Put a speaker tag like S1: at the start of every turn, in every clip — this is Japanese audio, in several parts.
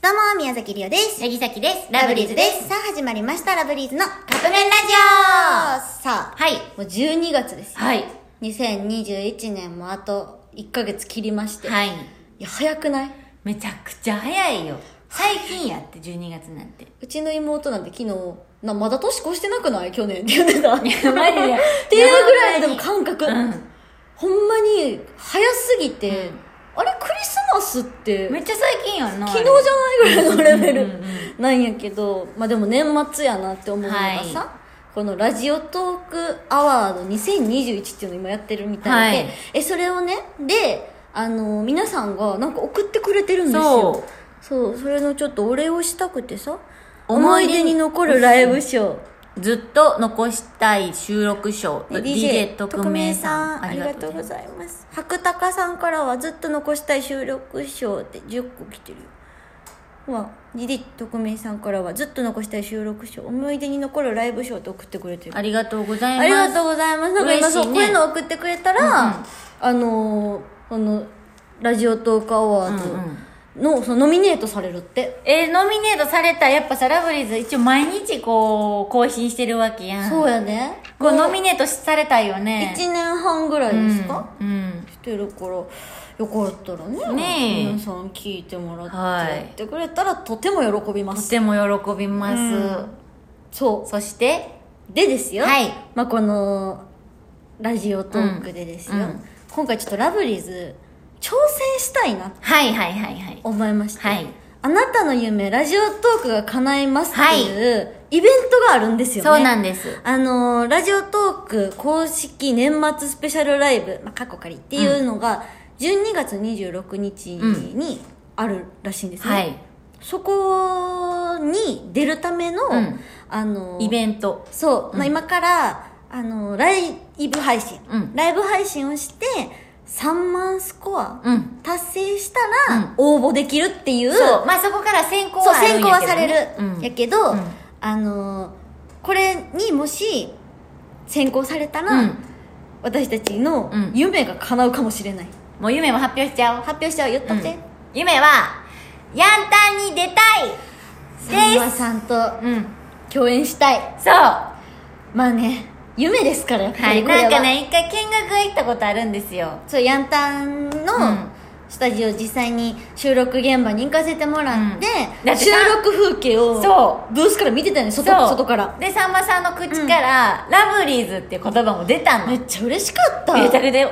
S1: どうも、宮崎りおです。
S2: ネギサキです。
S1: ラ
S2: ラ
S1: ブ
S2: ブ
S1: リ
S2: リ
S1: ー
S2: ー
S1: ズ
S2: ズ
S1: で。
S2: ですす。
S1: さあ、始まりました、ラブリーズの。
S2: カップ麺ラ
S1: さ
S2: ジ
S1: あ、
S2: オはい。
S1: もう12月ですよ。
S2: はい。
S1: 2021年もあと1ヶ月切りまして。い。
S2: はい。
S1: や、早くない
S2: めちゃくちゃ早いよ。最近やって、12月なんて。
S1: うちの妹なんて昨日、な、まだ年越してなくない去年って言ってた。マジ
S2: やマジで
S1: っていうぐらいでも感覚。
S2: うん
S1: ほんまに、早すぎて、
S2: うん
S1: あれ、クリスマスって、
S2: めっちゃ最近やんな。
S1: 昨日じゃないぐらいのレベ
S2: うんうん
S1: ルなんやけど、まあでも年末やなって思うのがさ、
S2: はい
S1: このラジオトークアワード2021っていうの今やってるみたいで、
S2: はい
S1: え、それをね、で、あの、皆さんがなんか送ってくれてるんですよ
S2: そ。
S1: そう。それのちょっとお礼をしたくてさ、思い出に残るライブショー。
S2: あれずっと残したい収録賞。
S1: ね
S2: DJ 特命さん。
S1: ありがとうご
S2: い
S1: ざいます白鷹さんからはずっと残したい収録賞って10個来てるよまあ DJ 特命さんからはずっと残したい収録賞思い出に残るライブ賞って送ってくれてる
S2: ありがとうございます。
S1: ありがとうございますなんか今そう、
S2: 嬉しい
S1: こ
S2: ね
S1: ういうの送ってくれたら、あのーこのラジオトークアワードの,、そのノミネートされるって
S2: えーノミネートされたやっぱさラブリーズ一応毎日こう更新してるわけやん
S1: そう
S2: や
S1: やね
S2: こうノミネートされたよね
S1: 1年半ぐらいですか、
S2: うん、うん
S1: してるからよかったらね
S2: ねえ
S1: 皆さん聞いてもらって、
S2: はい
S1: やってくれたらとても喜びま
S2: と
S1: す
S2: ても喜びます、
S1: そ
S2: そして
S1: うでですよ、
S2: はい
S1: まあ、このラジオトークでですよ、
S2: うんうん
S1: 今回ちょっとラブリーズ挑戦したいなと
S2: はいはいはいはい
S1: 思いまして、
S2: はい
S1: あなたの夢ラジオトークが叶えますっていう、イベントがあるんですよね
S2: そうなんです
S1: あのーラジオトーク公式年末スペシャルライブ、まあ、過去仮っていうのが、12月26日にあるらしいんですね。
S2: はい
S1: そこに出るための、
S2: うん
S1: あのー
S2: イベント
S1: そう、まあ、今から、あのーライブ配信、
S2: うん
S1: ライブ配信をして、3万スコア
S2: うん
S1: 達成したら応募できるっていう、
S2: そうまあそこから選考
S1: そ
S2: は
S1: う、
S2: ある
S1: 先
S2: ん
S1: 行
S2: や
S1: は
S2: けど
S1: される。
S2: ね
S1: やけど、
S2: うん
S1: あのーこれにもし、先行されたら、
S2: うん、うん、
S1: 私たちの
S2: うん
S1: 夢が叶うかもしれない。
S2: もう夢も発表しちゃおう
S1: 発表しちゃう、言っとって。
S2: うん夢はヤンタンに出た
S1: さん
S2: い
S1: ま
S2: です
S1: さんと
S2: うん
S1: 共演したい。
S2: そう
S1: まあね、夢ですから、やっぱ
S2: は
S1: り
S2: い、
S1: これは。
S2: なんかね一回見学行ったことあるんですよ
S1: そう、ヤンタン
S2: う
S1: の
S2: ん
S1: スタジオ実際に収録現場に行かせてもらって、
S2: うんだって
S1: 収
S2: さ
S1: 録風景を
S2: そ
S1: ブースから見てたよね、外
S2: そう
S1: 外から。
S2: でさんまさんの口から、ラブリーズ」っていう言葉も出たの
S1: め
S2: め
S1: っちゃ嬉しかった。
S2: ちゃくちゃ優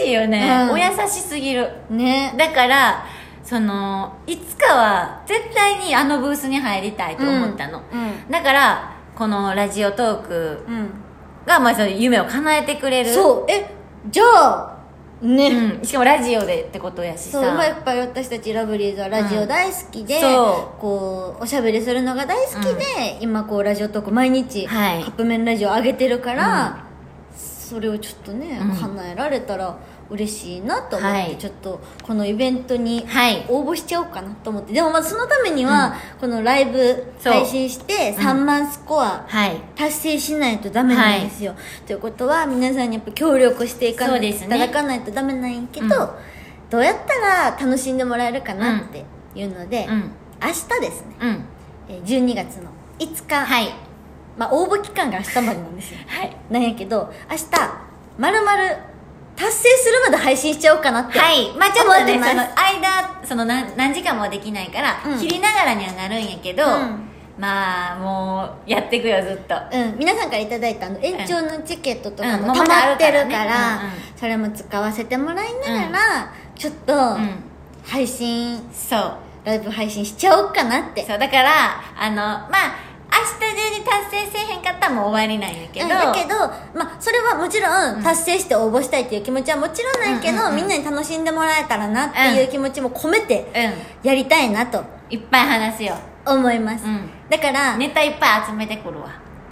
S2: しいよね、
S1: うん
S2: お優しすぎる
S1: ね。
S2: だからそのいつかは絶対にあのブースに入りたいと思ったの、
S1: うんうん
S2: だからこのラジオトーク
S1: うん。
S2: が、まあ、その夢を叶えてくれる
S1: そうえじゃあね、
S2: う、ん、しかもラジオでってことやし
S1: そう
S2: さ
S1: まあやっぱり私たちラブリーズはラジオ大好きで、
S2: うんそ
S1: こうおしゃべりするのが大好きで、今こうラジオトーク毎日、
S2: はい
S1: カップ麺ラジオ上げてるから、それをちょっとね、
S2: うん
S1: 叶えられたら嬉しいなと思って、
S2: はい
S1: ちょっとこのイベントに
S2: はい
S1: 応募しちゃおうかなと思ってでもまあそのためには、このライブ
S2: そう
S1: 配信して3万スコア
S2: はい
S1: 達成しないとダメなんですよ、ということは皆さんにやっぱ協力していかな
S2: そう
S1: い,、
S2: です
S1: い
S2: ね
S1: ただかないとダメなんやけど、
S2: うん
S1: どうやったら楽しんでもらえるかなっていうので、
S2: うん
S1: 明日ですね
S2: うん
S1: えー12月の5日、
S2: はい
S1: まあ、応募期間が明日までなんですよ
S2: はい
S1: なんやけど明日まるまる達成するまで配信しちゃおうかなって
S2: はい。まあちょっと
S1: 思って
S2: ね、
S1: ます
S2: その間、その何何時間もできないから、
S1: うん
S2: 切りながらにはなるんやけど、
S1: うん
S2: まあもう、やってくよ、ずっと。
S1: うん、皆さんからいただいたあの延長のチケットとか
S2: うん
S1: も
S2: うん
S1: 溜まってるから
S2: まだあるからねうん
S1: それも使わせてもらいながらちょっと
S2: うん
S1: 配信
S2: そう。
S1: ライブ配信しちゃおうかなって
S2: そう、だから、あの、まあ、明日中に達成せえへんかったらもう終わりなんやけ
S1: う
S2: ど、
S1: んだけど、まあ、それはもちろん達成して応募したいっていう気持ちはもちろんないけど、
S2: うんうんうん
S1: みんなに楽しんでもらえたらなっていう気持ちも込めて
S2: う
S1: やりたいなと
S2: ん。いっぱい話すよ。
S1: 思います、
S2: うん
S1: だから、
S2: ネタいっぱい集めてくるわ。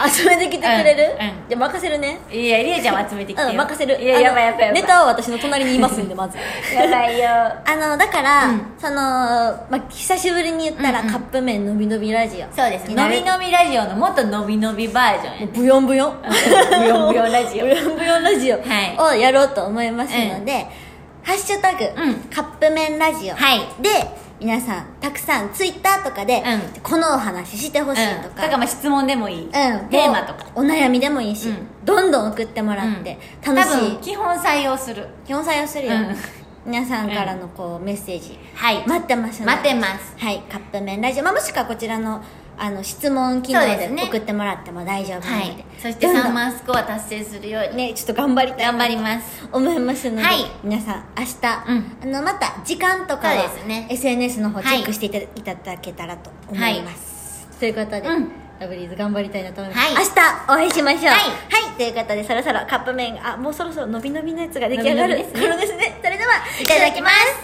S1: 集めてきてくれる、
S2: うんうん
S1: じゃあ任せるね
S2: いや、りえちゃんは集めてきてよ。
S1: うん任せる
S2: いや、
S1: あの
S2: やばいやばいやばい。
S1: ネタは私の隣にいますん でまず
S2: やばいよ。
S1: あのだから、
S2: うん
S1: その、まあ、久しぶりに言ったら、
S2: うんうん
S1: カップ麺のびのびラジオ
S2: そうですね。
S1: な
S2: の
S1: る
S2: びのびラジオのもっとのびのびバージョンやね。
S1: ブヨンブ ヨン
S2: ブヨンブヨンラジオ
S1: ブヨンブヨンラジオを
S2: は
S1: やろうと思いますので、ハッシュタグ、
S2: うん
S1: カップ麺ラジオ
S2: はい
S1: で皆さんたくさんツイッターとかで、
S2: う
S1: このお話してほしいと
S2: と
S1: か、
S2: かまあ質問でもいい、
S1: うん
S2: テーマとか
S1: お悩みでもいいし、
S2: うん
S1: どんどん送ってもらって、
S2: 多
S1: 楽しい
S2: 分基本採用する
S1: 基本採用するよ、
S2: うん
S1: 皆さんからのこうメッセージ
S2: はい
S1: 待ってますので
S2: 待ってます
S1: はいカップ麺ラジオ、まあ、もしくはこちらのあの質問機能
S2: そうで
S1: です
S2: ね
S1: 送ってもらっても大丈夫な
S2: は
S1: ので、
S2: いそして
S1: どんどん
S2: 3万スコア達成するように
S1: ねちょっと頑張りたい
S2: 頑張ります
S1: 思いますので、
S2: はい
S1: 皆さん明日、あのまた時間とかは
S2: そうですね
S1: SNS の方チェッ
S2: は
S1: ク
S2: い
S1: していた,、い、ただけたらと思います、ということで、
S2: うん
S1: ラブリーズ頑張りたいなと思います、
S2: はい
S1: 明日お会いしましょう
S2: はい
S1: いということでそろそろカップ麺があもうそろそろ伸び伸びのやつが出来上が
S2: のび
S1: る
S2: のびですね
S1: 頃ですねそれではい
S2: いただきます